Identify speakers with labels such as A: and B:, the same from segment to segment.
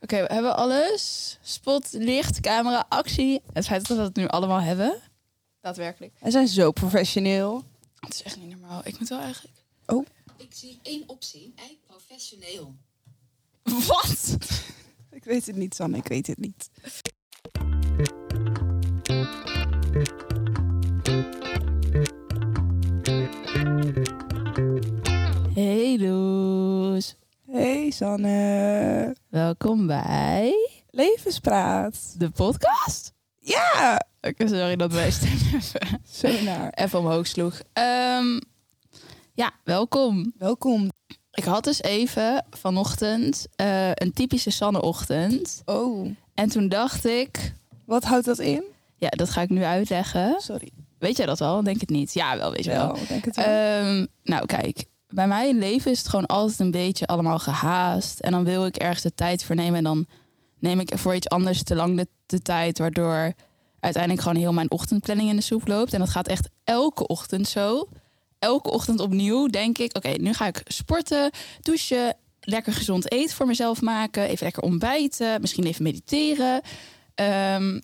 A: Oké, we hebben alles. Spot, licht, camera, actie. Het feit dat we dat nu allemaal hebben. Daadwerkelijk.
B: Wij zijn zo professioneel. Oh.
A: Het is echt niet normaal. Ik moet wel eigenlijk...
C: Ik zie één optie, ei professioneel.
A: Wat?
B: Ik weet het niet, Sanne. Ik weet het niet.
A: Hey does.
B: Hey Sanne.
A: Welkom bij
B: Levenspraat.
A: de podcast.
B: Ja!
A: Oké, sorry dat wij stem even,
B: Zo naar.
A: even omhoog sloeg. Ehm, ja, welkom.
B: Welkom.
A: Ik had dus even vanochtend eh, een typische Sanne-ochtend.
B: Oh,
A: En toen dacht ik...
B: wat houdt dat in?
A: Ja, dat ga ik nu uitleggen.
B: Sorry.
A: Weet jij dat al? Denk het niet. Ja, wel, weet je wel.
B: Wel, denk het wel.
A: Ehm, nou, kijk. Bij mij in leven is het gewoon altijd een beetje allemaal gehaast. En dan wil ik ergens de tijd voor nemen. En dan neem ik voor iets anders te lang de, de tijd. Waardoor uiteindelijk gewoon heel mijn ochtendplanning in de soep loopt. En dat gaat echt elke ochtend zo. Elke ochtend opnieuw denk ik... Oké, nu ga ik sporten, douchen, lekker gezond eten voor mezelf maken. Even lekker ontbijten, misschien even mediteren. Ehm,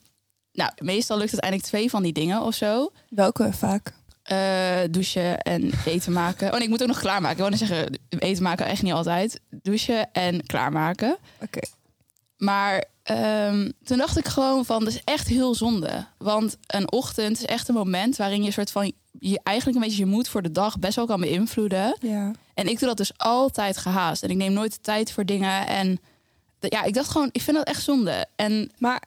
A: nou, meestal lukt uiteindelijk twee van die dingen of zo
B: Welke vaak?
A: eh douchen en eten maken. Oh, nee, ik moet ook nog klaarmaken. Ik wilde zeggen, eten maken echt niet altijd. Douchen en klaarmaken.
B: Oké.
A: Maar ehm, toen dacht ik gewoon van, dat is echt heel zonde. Want een ochtend is echt een moment waarin je soort van... je eigenlijk een beetje je moed voor de dag best wel kan beïnvloeden.
B: Ja.
A: En ik doe dat dus altijd gehaast. En ik neem nooit de tijd voor dingen. En d- ja, ik dacht gewoon, ik vind dat echt zonde. En
B: Maar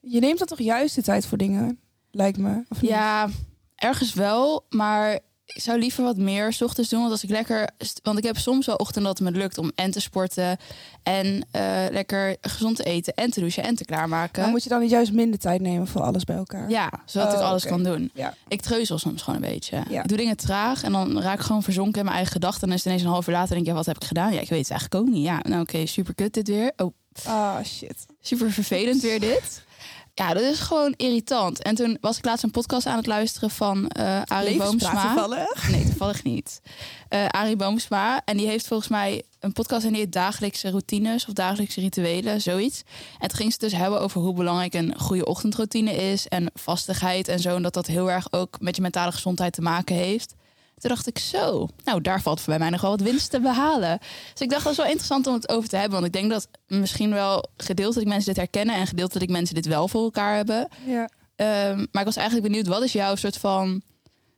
B: je neemt dan toch juist de tijd voor dingen? Lijkt me. Of niet?
A: Ja, ergens wel, maar ik zou liever wat meer 's ochtends doen. Want als ik lekker. Want ik heb soms wel ochtenden dat het me lukt om en te sporten. En eh, lekker gezond te eten. En te douchen en te klaarmaken.
B: Maar moet je dan niet juist minder tijd nemen voor alles bij elkaar?
A: Ja, zodat
B: Oh,
A: ik alles
B: oké.
A: kan doen.
B: Ja.
A: Ik treuzel soms gewoon een beetje.
B: Ja.
A: Ik doe dingen traag en dan raak ik gewoon verzonken in mijn eigen gedachten. En dan is het ineens een half uur later en denk ik, ja, wat heb ik gedaan? Ja, ik weet het eigenlijk ook niet. Ja, nou oké, super kut dit weer. Oh,
B: Ah, shit.
A: super vervelend weer dit. Ja, dat is gewoon irritant. En toen was ik laatst een podcast aan het luisteren van eh Arie Boomsma.
B: toevallig.
A: Nee, toevallig niet. Eh Arie Boomsma. En die heeft volgens mij een podcast en die heet Dagelijkse Routines of Dagelijkse Rituelen, zoiets. En toen ging ze het dus hebben over hoe belangrijk een goede ochtendroutine is en vastigheid en zo. En dat dat heel erg ook met je mentale gezondheid te maken heeft. Toen dacht ik zo, nou daar valt voor mij nog wel wat winst te behalen. Dus ik dacht dat is wel interessant om het over te hebben. Want ik denk dat misschien wel gedeeltelijk mensen dit herkennen en gedeeltelijk mensen dit wel voor elkaar hebben.
B: Ja.
A: Ehm, maar ik was eigenlijk benieuwd, wat is jouw soort van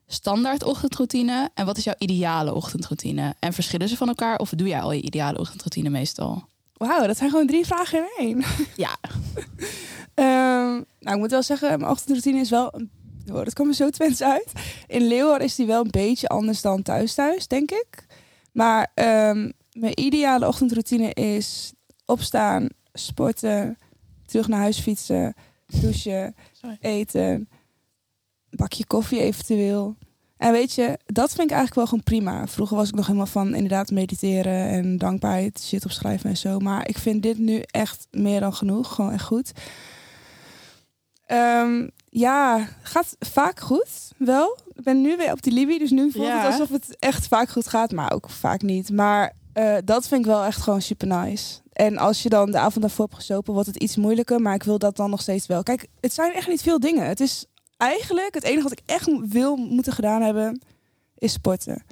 A: standaard ochtendroutine en wat is jouw ideale ochtendroutine? En verschillen ze van elkaar of doe jij al je ideale ochtendroutine meestal?
B: Wauw, dat zijn gewoon drie vragen in één.
A: Ja.
B: Ehm, nou, ik moet wel zeggen, mijn ochtendroutine is wel... Een... Oh, dat kwam me zo twents uit. In Leeuwarden is die wel een beetje anders dan thuis thuis, denk ik. Maar ehm, mijn ideale ochtendroutine is opstaan, sporten, terug naar huis fietsen, douchen,
A: Sorry.
B: eten, een bakje koffie eventueel. En weet je, dat vind ik eigenlijk wel gewoon prima. Vroeger was ik nog helemaal van inderdaad mediteren en dankbaarheid, shit opschrijven en zo. Maar ik vind dit nu echt meer dan genoeg, gewoon echt goed. Ehm, ja, gaat vaak goed, wel. Ik ben nu weer op die Libby, dus nu voelt
A: Ja.
B: het alsof het echt vaak goed gaat, maar ook vaak niet. Maar eh, dat vind ik wel echt gewoon super nice. En als je dan de avond daarvoor hebt gesopen, wordt het iets moeilijker, maar ik wil dat dan nog steeds wel. Kijk, het zijn echt niet veel dingen. Het is eigenlijk, het enige wat ik echt wil moeten gedaan hebben, is sporten.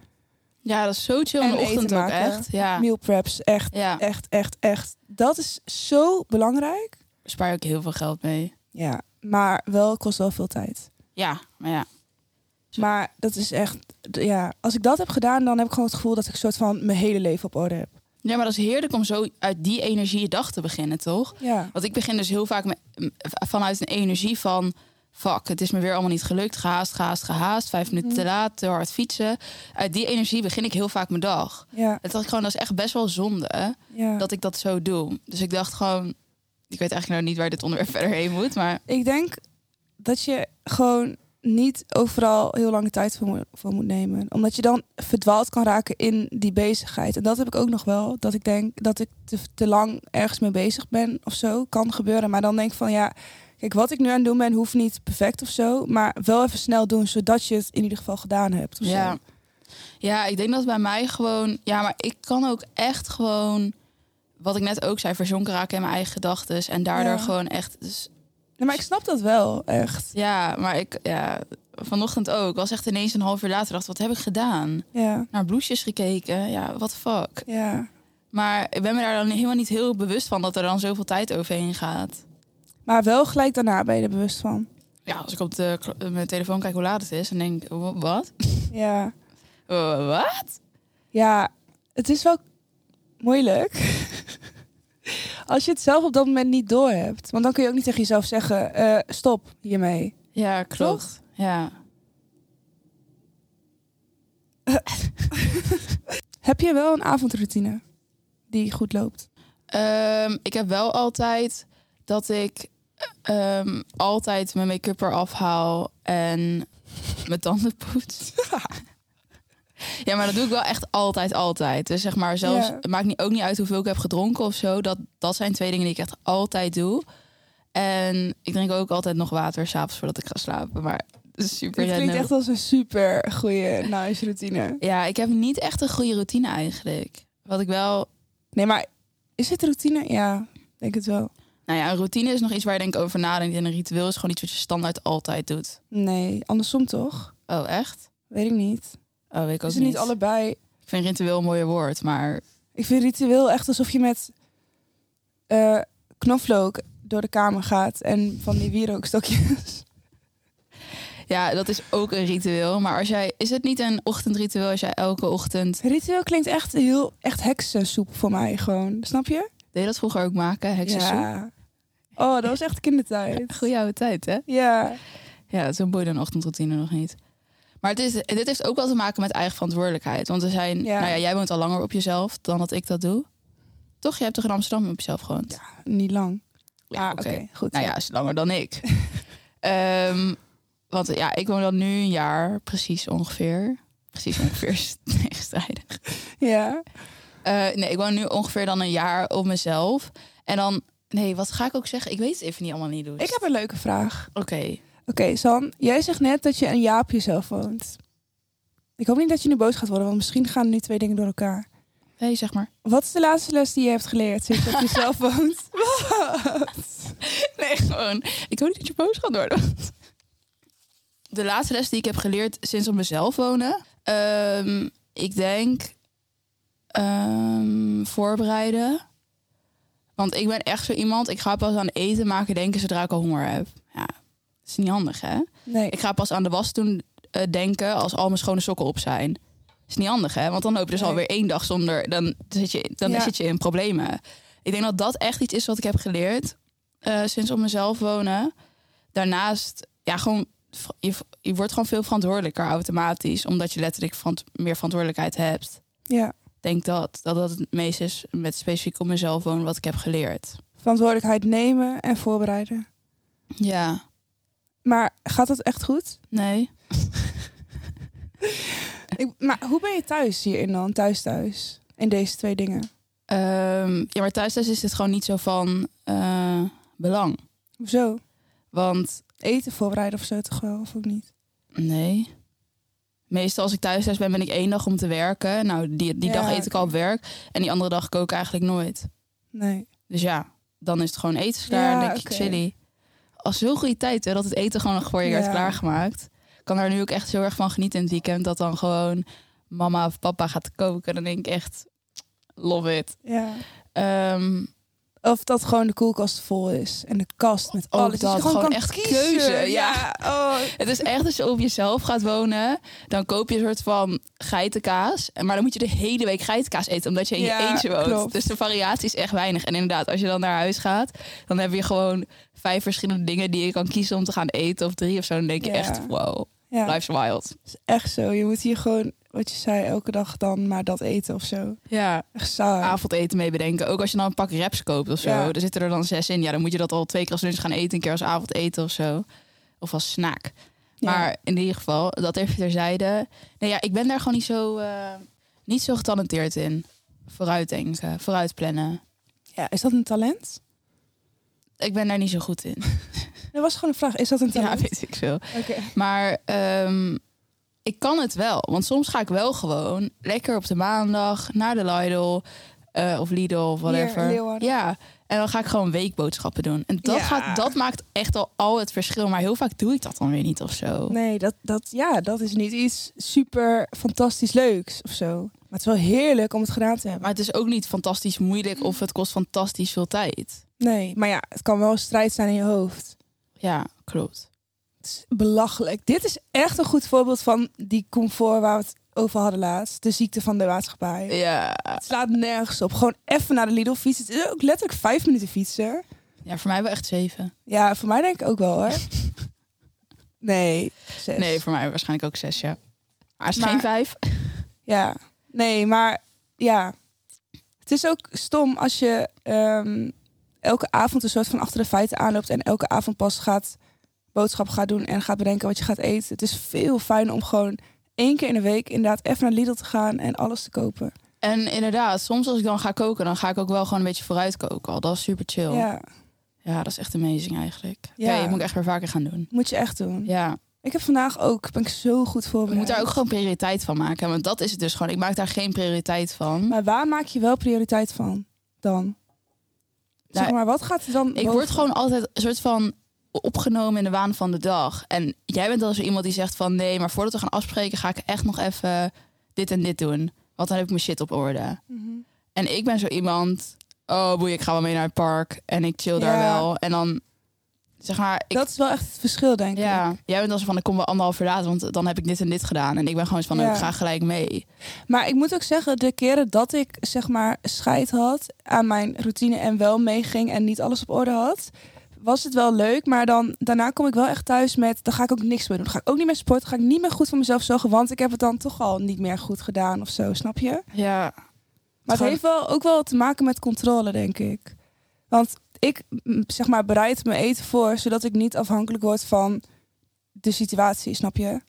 A: Ja, dat is zo chill in
B: En
A: de
B: eten
A: ochtend ook
B: maken.
A: echt. Ja.
B: Meal preps, echt,
A: ja,
B: echt, echt, echt. Dat is zo belangrijk.
A: spaar je ook heel veel geld mee.
B: Ja, maar wel kost wel veel tijd.
A: Ja, maar ja. Zo.
B: Maar dat is echt, ja, als ik dat heb gedaan, dan heb ik gewoon het gevoel dat ik soort van mijn hele leven op orde heb.
A: Ja, maar dat is heerlijk om zo uit die energie je dag te beginnen, toch?
B: Ja,
A: Want ik begin dus heel vaak met, m- vanuit een energie van... fuck, het is me weer allemaal niet gelukt. Gehaast, gehaast, gehaast. Vijf minuten
B: Mm.
A: te laat, te hard fietsen. Uit die energie begin ik heel vaak mijn dag.
B: ja,
A: En toen dacht ik gewoon, dat is echt best wel zonde hè,
B: ja.
A: dat ik dat zo doe. Dus ik dacht gewoon, ik weet eigenlijk nou niet waar dit onderwerp verder heen moet. Maar
B: Ik denk dat je gewoon niet overal heel lange tijd voor, moet- voor moet nemen. Omdat je dan verdwaald kan raken in die bezigheid. En dat heb ik ook nog wel. Dat ik denk dat ik te, te lang ergens mee bezig ben of zo. Kan gebeuren. Maar dan denk ik van ja, kijk wat ik nu aan het doen ben hoeft niet perfect of zo. Maar wel even snel doen zodat je het in ieder geval gedaan hebt. Of
A: ja.
B: Zo.
A: ja, ik denk dat bij mij gewoon... Ja, maar ik kan ook echt gewoon wat ik net ook zei, verzonken raken in mijn eigen gedachten. En daardoor
B: Ja.
A: gewoon echt. Dus,
B: Nee, maar ik snap dat wel, echt.
A: ja, maar ik. Ja, vanochtend ook. Was echt ineens een half uur later. Dacht, wat heb ik gedaan?
B: Ja,
A: Naar bloesjes gekeken. Ja, what the fuck.
B: ja.
A: Maar ik ben me daar dan helemaal niet heel bewust van dat er dan zoveel tijd overheen gaat.
B: Maar wel gelijk daarna ben je er bewust van.
A: Ja, als ik op de, kl- eh, mijn telefoon kijk hoe laat het is. En denk, ik, wa- wat?
B: Ja.
A: Wa- Wat?
B: Ja, het is wel moeilijk. Als je het zelf op dat moment niet doorhebt. Want dan kun je ook niet tegen jezelf zeggen, eh, stop hiermee.
A: Ja, klopt.
B: Toch?
A: Ja.
B: Heb je wel een avondroutine die goed loopt?
A: Ehm, ik heb wel altijd dat ik ehm, altijd mijn make-up eraf haal en mijn tanden poets. ja, maar dat doe ik wel echt altijd, altijd. Dus zeg maar, zelfs,
B: Ja.
A: het maakt niet, ook niet uit hoeveel ik heb gedronken of zo. Dat, dat zijn twee dingen die ik echt altijd doe. En ik drink ook altijd nog water s'avonds voordat ik ga slapen. Maar dat is super
B: Dit klinkt
A: random.
B: echt als een super goede nice routine.
A: Ja, ik heb niet echt een goede routine eigenlijk. Wat ik wel
B: Nee, maar is het routine? Ja, denk het wel.
A: Nou ja, een routine is nog iets waar je denk ik over nadenkt. En een ritueel is gewoon iets wat je standaard altijd doet.
B: Nee, andersom toch?
A: Oh, echt?
B: Weet ik niet.
A: Oh, weet ik ook
B: Is het niet allebei?
A: Ik vind ritueel een mooier woord, maar...
B: Ik vind ritueel echt alsof je met eh, knoflook door de kamer gaat en van die wierookstokjes.
A: Ja, dat is ook een ritueel. Maar als jij... Is het niet een ochtendritueel als jij elke ochtend...
B: Ritueel klinkt echt heel echt heksensoep voor mij gewoon. Snap je?
A: Deed je dat vroeger ook maken, heksensoep?
B: Ja. Oh, dat was echt kindertijd.
A: Goeie oude tijd, hè?
B: Ja.
A: Ja, zo boeit een ochtendroutine nog niet. Maar het is, dit heeft ook wel te maken met eigen verantwoordelijkheid. Want er zijn...
B: Ja.
A: Nou ja, jij woont al langer op jezelf dan dat ik dat doe. Toch? Je hebt toch in Amsterdam op jezelf gewoond?
B: Niet lang.
A: Ja,
B: Ah, oké. Goed.
A: Nou ja, is langer dan ik. Ehm, want ja, ik woon dan nu een jaar, precies ongeveer. Precies ongeveer is tegenstrijdig.
B: ja.
A: Eh, nee, ik woon nu ongeveer dan een jaar op mezelf. En dan, nee, wat ga ik ook zeggen? Ik weet het even niet allemaal niet doen.
B: Ik heb een leuke vraag.
A: Oké,
B: Oké, San, jij zegt net dat je een jaar op jezelf woont. Ik hoop niet dat je nu boos gaat worden, want misschien gaan nu twee dingen door elkaar.
A: nee, zeg maar.
B: Wat is de laatste les die je hebt geleerd sinds je op jezelf woont?
A: Nee, gewoon. Ik hoop niet dat je boos gaat worden. De laatste les die ik heb geleerd sinds op mezelf wonen. ehm, ik denk ehm, voorbereiden. Want ik ben echt zo iemand. Ik ga pas aan eten maken denken zodra ik al honger heb. Ja, dat is niet handig hè.
B: Nee.
A: Ik ga pas aan de was doen eh, denken als al mijn schone sokken op zijn. is niet handig, hè? Want dan loop je dus
B: Nee.
A: alweer één dag zonder... Dan zit je, dan
B: Ja.
A: zit je in problemen. Ik denk dat dat echt iets is wat ik heb geleerd... eh, sinds op mezelf wonen. Daarnaast, ja, gewoon... v- Je, v- je wordt gewoon veel verantwoordelijker automatisch... omdat je letterlijk verant- meer verantwoordelijkheid hebt.
B: Ja.
A: Ik denk dat, dat dat het meest is met specifiek op mezelf wonen... wat ik heb geleerd.
B: Verantwoordelijkheid nemen en voorbereiden.
A: Ja,
B: Maar gaat dat echt goed?
A: nee.
B: Ik, maar hoe ben je thuis hierin dan? Thuis thuis? In deze twee dingen?
A: Ehm, ja, maar thuis thuis is het gewoon niet zo van eh, belang.
B: Zo.
A: Want
B: Eten voorbereiden of zo toch wel? Of ook niet?
A: nee. Meestal als ik thuis thuis ben, ben ik één dag om te werken. Nou, die, die
B: Ja,
A: dag eet ik al op
B: oké.
A: werk. En die andere dag kook ik eigenlijk nooit.
B: Nee.
A: Dus ja, dan is het gewoon eten klaar.
B: Ja,
A: dan denk ik,
B: oké.
A: chilly. Als zo'n goede tijd, hè, dat het eten gewoon nog voor je werd
B: Ja.
A: klaargemaakt. Ik kan daar nu ook echt zo erg van genieten in het weekend. Dat dan gewoon mama of papa gaat koken. Dan denk ik echt, love it.
B: Ja.
A: Ehm,
B: Of dat gewoon de koelkast vol is. En de kast met
A: Ook
B: alles. je
A: Oh, dat, gewoon
B: kan
A: echt keuze, ja.
B: Oh.
A: Het is echt als je op jezelf gaat wonen, dan koop je een soort van geitenkaas. Maar dan moet je de hele week geitenkaas eten, omdat je in je
B: Ja,
A: eentje woont.
B: klopt.
A: Dus de variatie is echt weinig. En inderdaad, als je dan naar huis gaat, dan heb je gewoon vijf verschillende dingen die je kan kiezen om te gaan eten. Of drie of zo. Dan denk je
B: Ja.
A: echt, wow,
B: Ja,
A: life's wild.
B: is echt zo. Je moet hier gewoon, wat je zei, elke dag dan maar dat eten of zo.
A: Ja.
B: Echt saai.
A: Avondeten mee bedenken. Ook als je dan een pak reps koopt of zo,
B: Ja.
A: er zitten er dan zes in. Ja, dan moet je dat al twee keer als lunch gaan eten, een keer als avondeten of zo. Of als snack.
B: Ja.
A: Maar in ieder geval, dat even terzijde. Nee, ja, ik ben daar gewoon niet zo, eh, niet zo getalenteerd in. Vooruitdenken, vooruitplannen.
B: Ja, is dat een talent?
A: Ik ben daar niet zo goed in.
B: Dat was gewoon een vraag. Is dat een
A: Ja,
B: talent?
A: weet ik veel.
B: Oké.
A: Maar ehm, ik kan het wel. Want soms ga ik wel gewoon lekker op de maandag naar de Lidl. eh, eh, of Lidl of whatever.
B: in Leeuwarden.
A: ja, en dan ga ik gewoon weekboodschappen doen. En dat,
B: Ja.
A: gaat, dat maakt echt al, al het verschil. Maar heel vaak doe ik dat dan weer niet of zo.
B: Nee, dat, dat, ja, dat is niet iets super fantastisch leuks of zo. Maar het is wel heerlijk om het gedaan te hebben.
A: Maar het is ook niet fantastisch
B: Mm.
A: moeilijk of het kost fantastisch veel tijd.
B: Nee, maar ja, het kan wel een strijd zijn in je hoofd.
A: Ja, klopt.
B: Het is belachelijk. Dit is echt een goed voorbeeld van die comfort waar we het over hadden laatst. De ziekte van de maatschappij.
A: Ja.
B: Het slaat nergens op. Gewoon even naar de Lidl fietsen. Het is ook letterlijk vijf minuten fietsen.
A: ja, voor mij wel echt zeven.
B: Ja, voor mij denk ik ook wel hoor. Nee, zes.
A: Nee, voor mij waarschijnlijk ook zes, ja. Maar is het
B: Maar-
A: geen vijf?
B: Ja, nee, maar ja. Het is ook stom als je ehm, elke avond een soort van achter de feiten aanloopt en elke avond pas gaat boodschap gaat doen en gaat bedenken wat je gaat eten. Het is veel fijner om gewoon één keer in de week inderdaad even naar Lidl te gaan en alles te kopen.
A: En inderdaad, soms als ik dan ga koken, dan ga ik ook wel gewoon een beetje vooruit koken. Al dat is super chill. Ja,
B: Ja,
A: dat is echt amazing eigenlijk. Ja,
B: Ja.
A: dat moet ik echt weer vaker gaan doen.
B: moet je echt doen.
A: Ja,
B: Ik heb vandaag ook, ben ik zo goed
A: we
B: voorbereid.
A: moeten daar ook gewoon prioriteit van maken. Want dat is het dus gewoon. Ik maak daar geen prioriteit van.
B: Maar waar maak je wel prioriteit van dan? Zeg
A: Nou,
B: maar, wat gaat er dan
A: Ik
B: boven-
A: word gewoon altijd een soort van opgenomen in de waan van de dag. En jij bent dan zo iemand die zegt van nee, maar voordat we gaan afspreken ga ik echt nog even dit en dit doen. Want dan heb ik mijn shit op orde.
B: Mhm.
A: En ik ben zo iemand, oh boei, ik ga wel mee naar het park en ik chill daar
B: Ja.
A: wel. En dan zeg maar, ik,
B: Dat is wel echt het verschil, denk ik.
A: ja, jij bent dan zo van ik kom wel anderhalf uur later, want dan heb ik dit en dit gedaan. En ik ben gewoon zo van oh,
B: Ja.
A: ik ga gelijk mee.
B: Maar ik moet ook zeggen, de keren dat ik zeg maar scheid had aan mijn routine en wel meeging en niet alles op orde had, was het wel leuk. Maar dan daarna kom ik wel echt thuis met, dan ga ik ook niks meer doen. Dan ga ik ook niet meer sporten, ga ik niet meer goed voor mezelf zorgen, want ik heb het dan toch al niet meer goed gedaan of zo, snap je?
A: Ja,
B: Maar het
A: Gewoon-
B: heeft wel ook wel te maken met controle, denk ik. Want ik mm, zeg maar bereid mijn eten voor, zodat ik niet afhankelijk word van de situatie, snap je?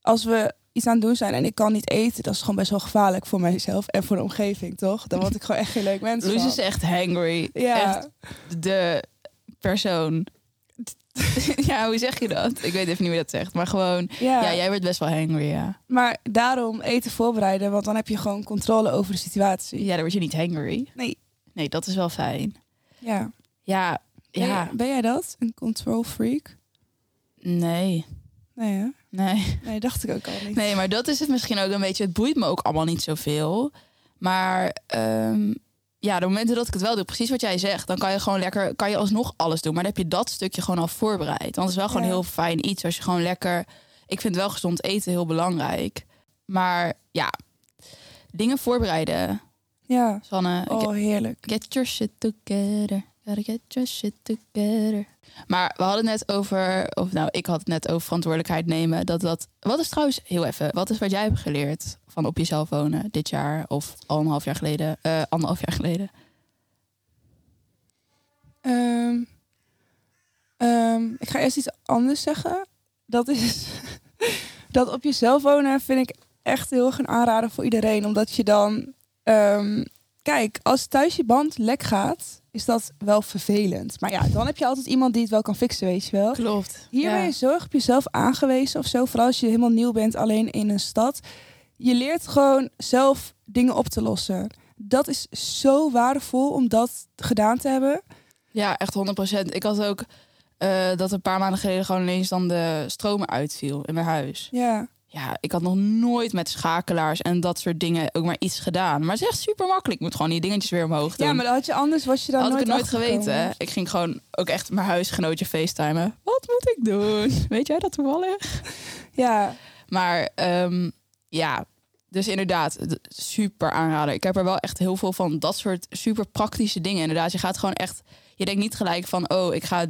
B: Als we iets aan het doen zijn en ik kan niet eten, dat is gewoon best wel gevaarlijk voor mijzelf en voor de omgeving, toch? Dan word ik gewoon echt geen leuk mens.
A: Loes
B: van.
A: is echt hangry.
B: ja.
A: Echt de persoon. ja, hoe zeg je dat? Ik weet even niet hoe je dat zegt. Maar gewoon,
B: ja.
A: ja, jij wordt best wel hangry, ja.
B: Maar daarom eten voorbereiden, want dan heb je gewoon controle over de situatie.
A: Ja, dan word je niet hangry.
B: Nee.
A: Nee, dat is wel fijn.
B: Ja.
A: Ja,
B: Ben,
A: ja.
B: jij, ben jij dat? Een control freak?
A: Nee,
B: Nee, hè?
A: nee.
B: Nee, dacht ik ook al niet.
A: Nee, maar dat is het misschien ook een beetje. Het boeit me ook allemaal niet zoveel. Maar ehm, ja, de momenten dat ik het wel doe, precies wat jij zegt, dan kan je gewoon lekker, kan je alsnog alles doen. Maar dan heb je dat stukje gewoon al voorbereid. Want het is wel gewoon
B: Ja.
A: heel fijn iets als je gewoon lekker. Ik vind wel gezond eten heel belangrijk. Maar ja, dingen voorbereiden.
B: Ja.
A: Sanne, ik-
B: Oh, heerlijk.
A: Get your shit together. Gotta get your shit together. Maar we hadden het net over, of nou, ik had het net over verantwoordelijkheid nemen. Dat dat, wat is trouwens, heel even, wat is wat jij hebt geleerd van op jezelf wonen dit jaar of al een half jaar geleden, eh, anderhalf jaar geleden?
B: Ehm, ehm, ik ga eerst iets anders zeggen. Dat is dat op jezelf wonen vind ik echt heel erg een aanrader voor iedereen. Omdat je dan. ehm, kijk, als thuis je band lek gaat, is dat wel vervelend. Maar ja, dan heb je altijd iemand die het wel kan fixen, weet je wel.
A: Klopt.
B: Hier ben je zorg op jezelf aangewezen of zo. Vooral als je helemaal nieuw bent, alleen in een stad. Je leert gewoon zelf dingen op te lossen. Dat is zo waardevol om dat gedaan te hebben.
A: Ja, echt 100%. Ik had ook eh, dat een paar maanden geleden gewoon ineens dan de stromen uitviel in mijn huis.
B: Ja.
A: Ja, ik had nog nooit met schakelaars en dat soort dingen ook maar iets gedaan. Maar het is echt super makkelijk. Ik moet gewoon die dingetjes weer omhoog doen.
B: Ja, maar dan had je anders was je dan
A: had
B: nooit
A: ik het nooit
B: achtergekomen.
A: geweten. hè. Ik ging gewoon ook echt mijn huisgenootje facetimen. Wat moet ik doen? Weet jij dat toevallig?
B: Ja,
A: Maar ehm, ja, dus inderdaad, d- super aanrader. Ik heb er wel echt heel veel van dat soort super praktische dingen. Inderdaad, je gaat gewoon echt... Je denkt niet gelijk van, oh, ik ga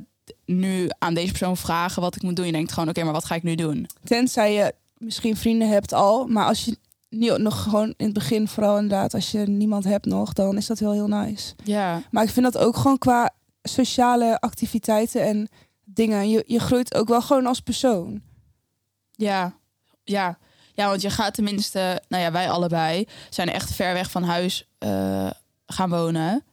A: nu aan deze persoon vragen wat ik moet doen. Je denkt gewoon, oké, maar wat ga ik nu doen?
B: tenzij je misschien vrienden hebt al, maar als je niet nog gewoon in het begin vooral inderdaad als je niemand hebt nog, dan is dat wel heel nice.
A: Ja,
B: Maar ik vind dat ook gewoon qua sociale activiteiten en dingen. Je, je groeit ook wel gewoon als persoon.
A: Ja, ja. Ja, want je gaat tenminste, nou ja, wij allebei zijn echt ver weg van huis eh, gaan wonen.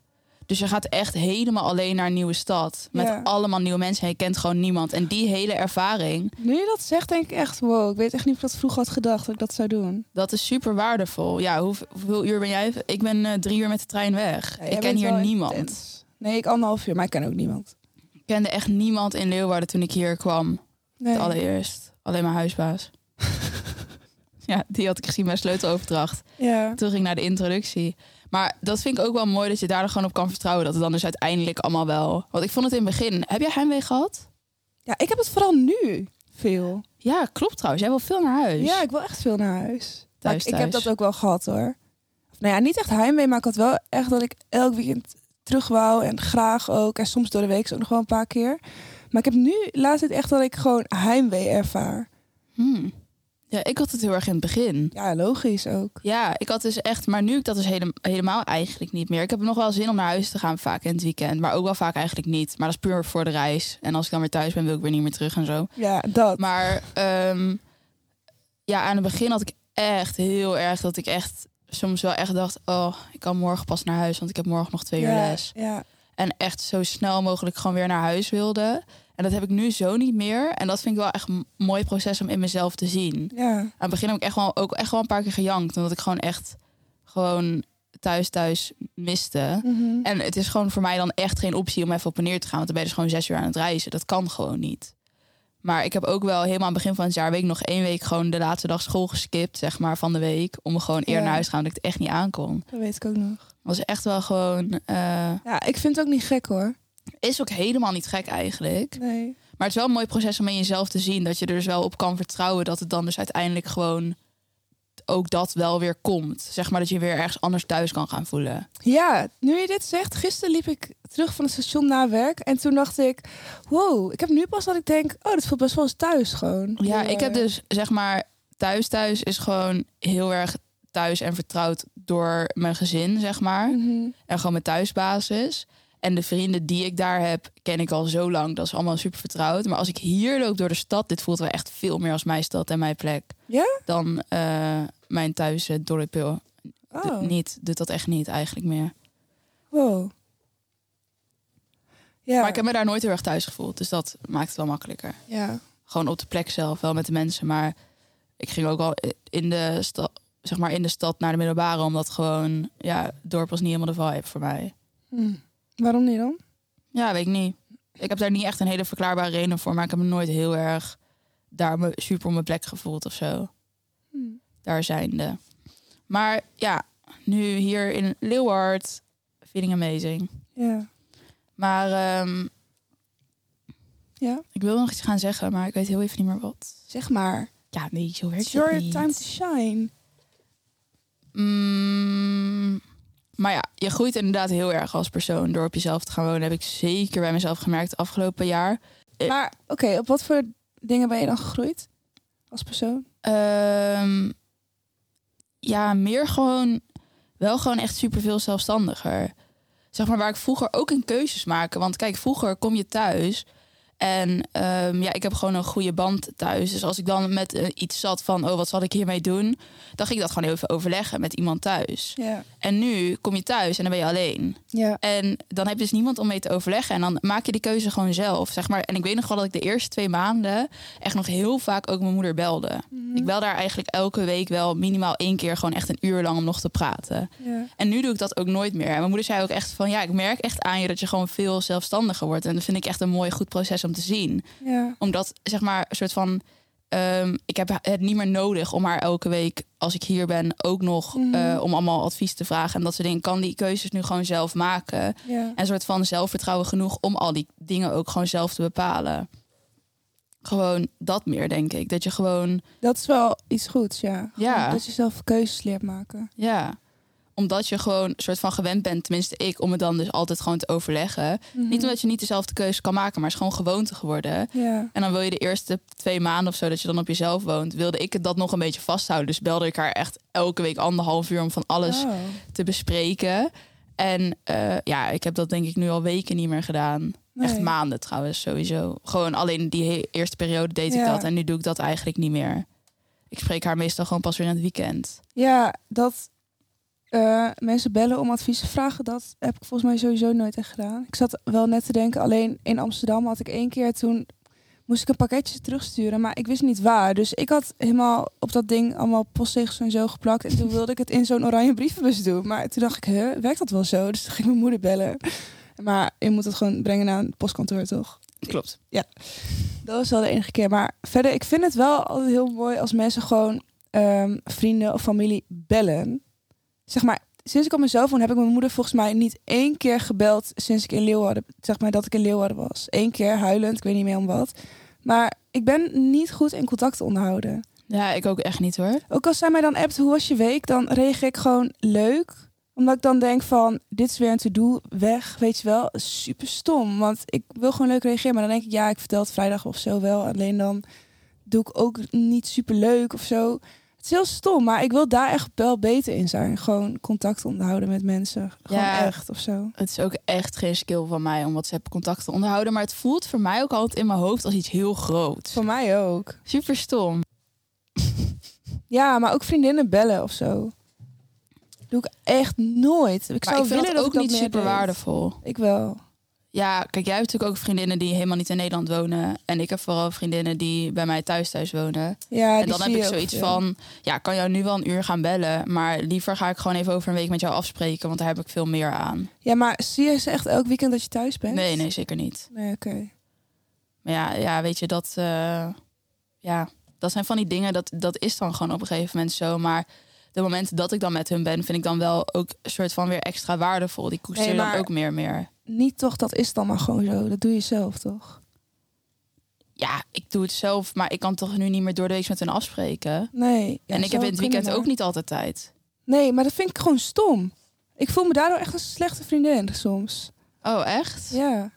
A: Dus je gaat echt helemaal alleen naar een nieuwe stad. Met
B: Ja.
A: allemaal nieuwe mensen. En je kent gewoon niemand. En die hele ervaring,
B: Nu je dat zegt, denk ik echt, wow, ik weet echt niet of ik dat vroeger had gedacht dat ik dat zou doen.
A: dat is super waardevol. Ja, hoeveel, hoeveel uur ben jij? Ik ben eh, drie uur met de trein weg.
B: Ja, jij
A: ik ken
B: bent
A: hier
B: wel
A: niemand.
B: intens. Nee, ik anderhalf uur, maar ik ken ook niemand.
A: Ik kende echt niemand in Leeuwarden toen ik hier kwam.
B: Nee.
A: Het allereerst. Alleen mijn huisbaas. ja, die had ik gezien bij sleuteloverdracht.
B: Ja.
A: Toen ging ik naar de introductie. Maar dat vind ik ook wel mooi dat je daar dan gewoon op kan vertrouwen. Dat het dan dus uiteindelijk allemaal wel... Want ik vond het in het begin... Heb jij heimwee gehad?
B: ja, ik heb het vooral nu veel.
A: Ja, klopt trouwens. Jij wil veel naar huis.
B: Ja, ik wil echt veel naar huis. Maar
A: Thuis,
B: ik, ik
A: thuis.
B: heb dat ook wel gehad hoor. Nou ja, niet echt heimwee, maar ik had wel echt dat ik elk weekend terug wou. En graag ook. En soms door de week ook nog wel een paar keer. Maar ik heb nu laatst het echt dat ik gewoon heimwee ervaar.
A: Hmm. Ja, ik had het heel erg in het begin.
B: Ja, logisch ook.
A: Ja, ik had dus echt... Maar nu, ik dat dus hele- helemaal eigenlijk niet meer. Ik heb nog wel zin om naar huis te gaan vaak in het weekend. Maar ook wel vaak eigenlijk niet. Maar dat is puur voor de reis. En als ik dan weer thuis ben, wil ik weer niet meer terug en zo.
B: Ja, dat.
A: Maar ehm, ja, aan het begin had ik echt heel erg dat ik echt soms wel echt dacht: oh, ik kan morgen pas naar huis, want ik heb morgen nog twee uur
B: ja,
A: les.
B: ja.
A: En echt zo snel mogelijk gewoon weer naar huis wilde. En dat heb ik nu zo niet meer. En dat vind ik wel echt een mooi proces om in mezelf te zien.
B: ja.
A: Aan het begin heb ik echt wel, ook echt wel een paar keer gejankt, omdat ik gewoon echt gewoon thuis thuis miste.
B: Mhm.
A: En het is gewoon voor mij dan echt geen optie om even op en neer te gaan. Want dan ben je dus gewoon zes uur aan het reizen. Dat kan gewoon niet. Maar ik heb ook wel helemaal aan het begin van het jaar... week nog één week gewoon de laatste dag school geskipt, zeg maar, van de week. Om gewoon eerder
B: Ja.
A: naar huis te gaan, omdat ik het echt niet aankon.
B: Dat weet ik ook nog.
A: Dat was echt wel gewoon... eh,
B: Ja, ik vind het ook niet gek hoor.
A: is ook helemaal niet gek eigenlijk.
B: Nee.
A: Maar het is wel een mooi proces om in jezelf te zien. Dat je er dus wel op kan vertrouwen dat het dan dus uiteindelijk gewoon... ook dat wel weer komt. Zeg maar dat je weer ergens anders thuis kan gaan voelen.
B: Ja, nu je dit zegt, gisteren liep ik terug van het station naar werk. En toen dacht ik, wow, ik heb nu pas dat ik denk, oh, dat voelt best wel eens thuis gewoon.
A: Ja,
B: Heel
A: ik heb
B: erg.
A: dus zeg maar thuis thuis is gewoon heel erg thuis en vertrouwd door mijn gezin, zeg maar.
B: Mhm.
A: En gewoon mijn thuisbasis. En de vrienden die ik daar heb, ken ik al zo lang. Dat is allemaal super vertrouwd. Maar als ik hier loop door de stad, dit voelt wel echt veel meer als mijn stad en mijn plek.
B: Ja?
A: Dan eh, mijn thuis eh, dorp. joh. D-
B: Oh,
A: Niet, doet dat echt niet eigenlijk meer.
B: wow. Ja,
A: Maar ik heb me daar nooit heel erg thuis gevoeld. Dus dat maakt het wel makkelijker.
B: ja.
A: gewoon op de plek zelf, wel met de mensen. Maar ik ging ook wel in de stad, zeg maar in de stad naar de middelbare, omdat gewoon, ja, het dorp was niet helemaal de vibe voor mij.
B: Hm. Waarom niet dan?
A: Ja, weet ik niet. Ik heb daar niet echt een hele verklaarbare reden voor, maar ik heb me nooit heel erg daar me- super op mijn plek gevoeld of zo.
B: Hm.
A: Daar zijnde. Maar ja, nu hier in Leeuward, feeling amazing.
B: Ja.
A: Maar ehm,
B: ja,
A: ik wil nog iets gaan zeggen, maar ik weet heel even niet meer wat.
B: zeg maar.
A: Ja, nee, zo werkt
B: It's
A: het
B: your
A: niet.
B: time to shine.
A: Mm, maar ja, je groeit inderdaad heel erg als persoon door op jezelf te gaan wonen. Heb ik zeker bij mezelf gemerkt het afgelopen jaar. Eh.
B: Maar oké, op wat voor dingen ben je dan gegroeid als persoon?
A: Ehm, ja, meer gewoon, wel gewoon echt superveel zelfstandiger. Zeg maar waar ik vroeger ook in keuzes maakte. Want kijk, vroeger kom je thuis en ehm, ja, ik heb gewoon een goede band thuis. Dus als ik dan met eh, iets zat van, oh, wat zal ik hiermee doen? Dan ging ik dat gewoon heel even overleggen met iemand thuis.
B: Ja.
A: En nu kom je thuis en dan ben je alleen.
B: Ja.
A: En dan heb je dus niemand om mee te overleggen. En dan maak je die keuze gewoon zelf, zeg maar. En ik weet nog wel dat ik de eerste twee maanden echt nog heel vaak ook mijn moeder belde.
B: Mhm.
A: Ik bel daar eigenlijk elke week wel minimaal één keer gewoon echt een uur lang om nog te praten.
B: ja.
A: En nu doe ik dat ook nooit meer. En mijn moeder zei ook echt van, ja, ik merk echt aan je dat je gewoon veel zelfstandiger wordt. En dat vind ik echt een mooi, goed proces om te zien.
B: Ja.
A: Omdat, zeg maar, een soort van... ehm, ik heb het niet meer nodig om haar elke week, als ik hier ben, ook nog
B: Mhm.
A: eh, om allemaal advies te vragen. En dat soort dingen. Ik Kan die keuzes nu gewoon zelf maken.
B: ja.
A: En een soort van zelfvertrouwen genoeg om al die dingen ook gewoon zelf te bepalen. Gewoon dat meer, denk ik. Dat je gewoon,
B: Dat is wel iets goeds, ja.
A: Ja.
B: Gewoon Dat je zelf keuzes leert maken.
A: ja. Omdat je gewoon een soort van gewend bent, tenminste ik, om het dan dus altijd gewoon te overleggen.
B: Mhm.
A: Niet omdat je niet dezelfde keuze kan maken, maar het is gewoon gewoonte geworden.
B: Ja,
A: En dan wil je de eerste twee maanden of zo dat je dan op jezelf woont, wilde ik het dat nog een beetje vasthouden. Dus belde ik haar echt elke week anderhalf uur om van alles
B: Oh.
A: te bespreken. En eh, ja, ik heb dat denk ik nu al weken niet meer gedaan.
B: Nee.
A: Echt maanden trouwens, sowieso. Gewoon alleen die he- eerste periode deed ik
B: Ja.
A: dat en nu doe ik dat eigenlijk niet meer. Ik spreek haar meestal gewoon pas weer in het weekend.
B: Ja, dat eh, mensen bellen om advies te vragen, dat heb ik volgens mij sowieso nooit echt gedaan. Ik zat wel net te denken, alleen in Amsterdam had ik één keer toen moest ik een pakketje terugsturen, maar ik wist niet waar. Dus ik had helemaal op dat ding allemaal postzegels en zo geplakt. En toen wilde ik het in zo'n oranje brievenbus doen. Maar toen dacht ik, huh, werkt dat wel zo? Dus toen ging mijn moeder bellen. Maar je moet het gewoon brengen naar een postkantoor, toch?
A: Klopt.
B: Dat was wel de enige keer. Maar verder, ik vind het wel altijd heel mooi als mensen gewoon ehm, vrienden of familie bellen. Zeg maar, sinds ik op mijn cellfoon heb ik mijn moeder volgens mij niet één keer gebeld sinds ik in Leeuwarden, zeg maar dat ik in Leeuwarden was. Eén keer huilend, ik weet niet meer om wat. Maar ik ben niet goed in contact onderhouden.
A: Ja, ik ook echt niet hoor.
B: Ook als zij mij dan appt, hoe was je week? Dan reageer ik gewoon leuk. Omdat ik dan denk van, dit is weer een to-do, weg. Weet je wel, super stom. Want ik wil gewoon leuk reageren. Maar dan denk ik, ja, ik vertel het vrijdag of zo wel. Alleen dan doe ik ook niet super leuk of zo. Het is heel stom, maar ik wil daar echt wel beter in zijn. Gewoon contact onderhouden met mensen. Gewoon
A: Ja.
B: echt of zo.
A: Het is ook echt geen skill van mij om WhatsApp contact te onderhouden. Maar het voelt voor mij ook altijd in mijn hoofd als iets heel groots.
B: Voor mij ook.
A: Super stom.
B: Ja, maar ook vriendinnen bellen of zo. Doe ik echt nooit. Ik
A: Maar
B: zou
A: ik vind
B: willen
A: het
B: dat
A: ook
B: ik dat
A: niet
B: meer
A: super
B: deed.
A: waardevol.
B: Ik wel.
A: Ja, kijk, jij hebt natuurlijk ook vriendinnen die helemaal niet in Nederland wonen. En ik heb vooral vriendinnen die bij mij thuis thuis wonen.
B: Ja,
A: en
B: die
A: dan heb
B: zie
A: ik
B: je ook
A: zoiets
B: veel.
A: van, ja, ik kan jou nu wel een uur gaan bellen. Maar liever ga ik gewoon even over een week met jou afspreken. Want daar heb ik veel meer aan.
B: Ja, maar zie je ze echt elk weekend dat je thuis bent?
A: Nee, nee, zeker niet.
B: Nee, oké.
A: Maar ja, ja weet je, dat, eh, ja, dat zijn van die dingen, dat, dat is dan gewoon op een gegeven moment zo. Maar de momenten dat ik dan met hun ben, vind ik dan wel ook een soort van weer extra waardevol. Die koester
B: Nee,
A: je dan
B: maar-
A: ook meer meer.
B: Niet toch, dat is dan maar gewoon zo. Dat doe je zelf toch?
A: Ja, ik doe het zelf, maar ik kan toch nu niet meer door de week met hun afspreken.
B: Nee. Ja,
A: en ik heb in
B: zou
A: het
B: kunnen,
A: weekend
B: maar-
A: ook niet altijd tijd.
B: Nee, maar dat vind ik gewoon stom. Ik voel me daardoor echt een slechte vriendin soms.
A: Oh, echt?
B: Ja.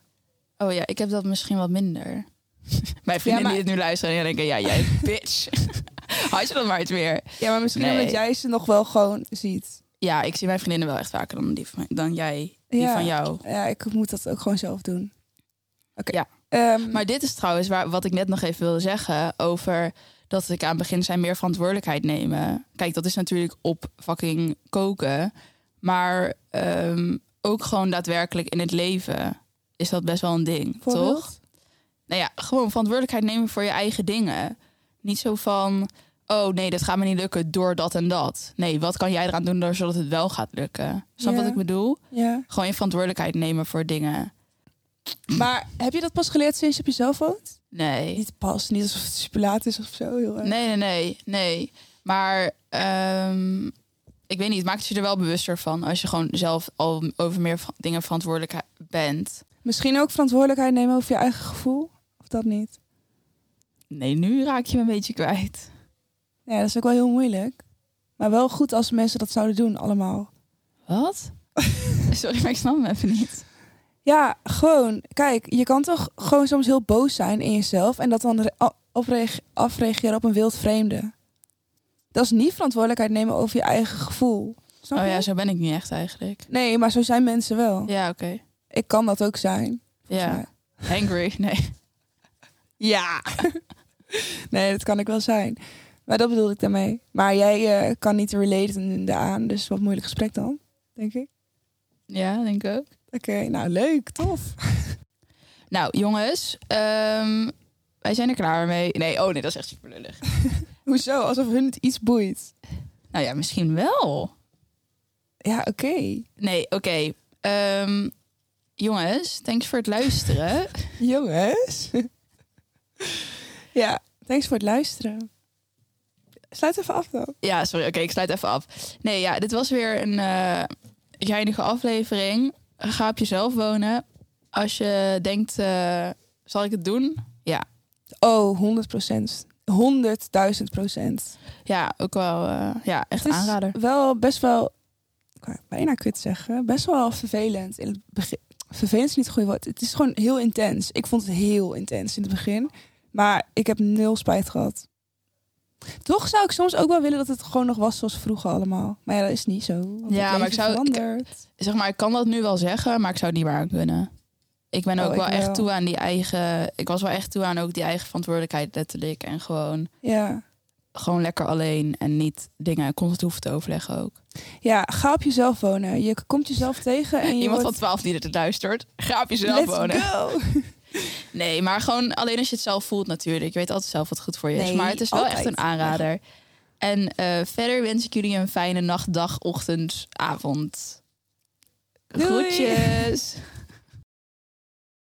A: Oh ja, ik heb dat misschien wat minder. Mijn vrienden
B: maar-
A: die dit nu luisteren en denken, ja, jij bitch. Had je dat maar eens weer.
B: Ja, maar misschien
A: Nee.
B: omdat jij ze nog wel gewoon ziet.
A: Ja, ik zie mijn vriendinnen wel echt vaker dan, die van, dan jij, die
B: Ja.
A: van jou.
B: Ja, ik moet dat ook gewoon zelf doen. Oké.
A: Ja.
B: Ehm,
A: Maar dit is trouwens waar, wat ik net nog even wilde zeggen over dat ik aan het begin zijn meer verantwoordelijkheid nemen. Kijk, dat is natuurlijk op fucking koken. Maar ehm, ook gewoon daadwerkelijk in het leven is dat best wel een ding,
B: voorbeeld?
A: toch? Nou ja, gewoon verantwoordelijkheid nemen voor je eigen dingen. Niet zo van, oh nee, dat gaat me niet lukken door dat en dat. Nee, wat kan jij eraan doen door- zodat het wel gaat lukken? Snap
B: Ja.
A: wat ik bedoel?
B: Ja.
A: Gewoon je verantwoordelijkheid nemen voor dingen.
B: Maar heb je dat pas geleerd sinds je op jezelf woont?
A: Nee.
B: Niet pas, niet alsof het super laat is of zo. Heel erg.
A: Nee, nee, nee. nee. Maar ehm, ik weet niet, het maakt je er wel bewuster van als je gewoon zelf al over meer ver- dingen verantwoordelijk ha- bent.
B: Misschien ook verantwoordelijkheid nemen over je eigen gevoel? Of dat niet?
A: Nee, nu raak je me een beetje kwijt.
B: Ja, dat is ook wel heel moeilijk. Maar wel goed als mensen dat zouden doen, allemaal.
A: Wat? Sorry, maar ik snap hem even niet.
B: Ja, gewoon. Kijk, je kan toch gewoon soms heel boos zijn in jezelf... en dat dan re- a- oprege- afreageren op een wild vreemde. Dat is niet verantwoordelijkheid nemen over je eigen gevoel. Snap
A: Oh
B: je?
A: ja, zo ben ik niet echt eigenlijk.
B: Nee, maar zo zijn mensen wel.
A: Ja, oké.
B: Ik kan dat ook zijn. volgens
A: Ja,
B: mij.
A: hangry. Nee.
B: Ja. nee, dat kan ik wel zijn. Maar dat bedoelde ik daarmee. Maar jij eh, kan niet relaten aan, dus wat moeilijk gesprek dan, denk ik.
A: Ja, denk ik ook.
B: Oké, nou leuk, tof.
A: Nou, jongens, ehm, wij zijn er klaar mee. Nee, oh nee, dat is echt super lullig.
B: Hoezo? Alsof hun het iets boeit.
A: Nou ja, misschien wel.
B: Ja, oké.
A: Nee, oké. Ehm, jongens, thanks voor het luisteren.
B: Jongens. ja, thanks voor het luisteren. Sluit even af dan.
A: ja, sorry. Oké, ik sluit even af. Nee, ja, dit was weer een eh geinige aflevering. Ga op jezelf wonen. Als je denkt, eh, zal ik het doen?
B: Oh, 100 procent. 100.000 procent.
A: Ja, ook wel eh, ja, echt een aanrader.
B: wel best wel, ik wou bijna kut zeggen, best wel vervelend in het begin. Vervelend is niet het goede woord. Het is gewoon heel intens. Ik vond het heel intens in het begin. Maar ik heb nul spijt gehad. Toch zou ik soms ook wel willen dat het gewoon nog was zoals vroeger allemaal. Maar ja, dat is niet zo. want het
A: Ja, maar
B: leven
A: ik zou- ik-
B: Verandert.
A: Zeg maar, ik kan dat nu wel zeggen, maar ik zou het niet meer aan kunnen. Ik ben
B: Oh,
A: ook
B: ik
A: wel echt
B: wel.
A: toe aan die eigen... Ik was wel echt toe aan ook die eigen verantwoordelijkheid letterlijk. En gewoon
B: Ja.
A: gewoon lekker alleen en niet dingen constant hoeven te overleggen ook.
B: Ja, ga op jezelf wonen. Je komt jezelf tegen en je
A: Iemand van
B: wordt...
A: 12 die er luistert, ga op jezelf
B: Let's
A: wonen.
B: go!
A: Nee, maar gewoon alleen als je het zelf voelt natuurlijk. Je weet altijd zelf wat goed voor je is.
B: Nee,
A: Maar het is wel echt
B: altijd.
A: een aanrader. En eh, verder wens ik jullie een fijne nacht, dag, ochtend, avond.
B: Doei.
A: Groetjes.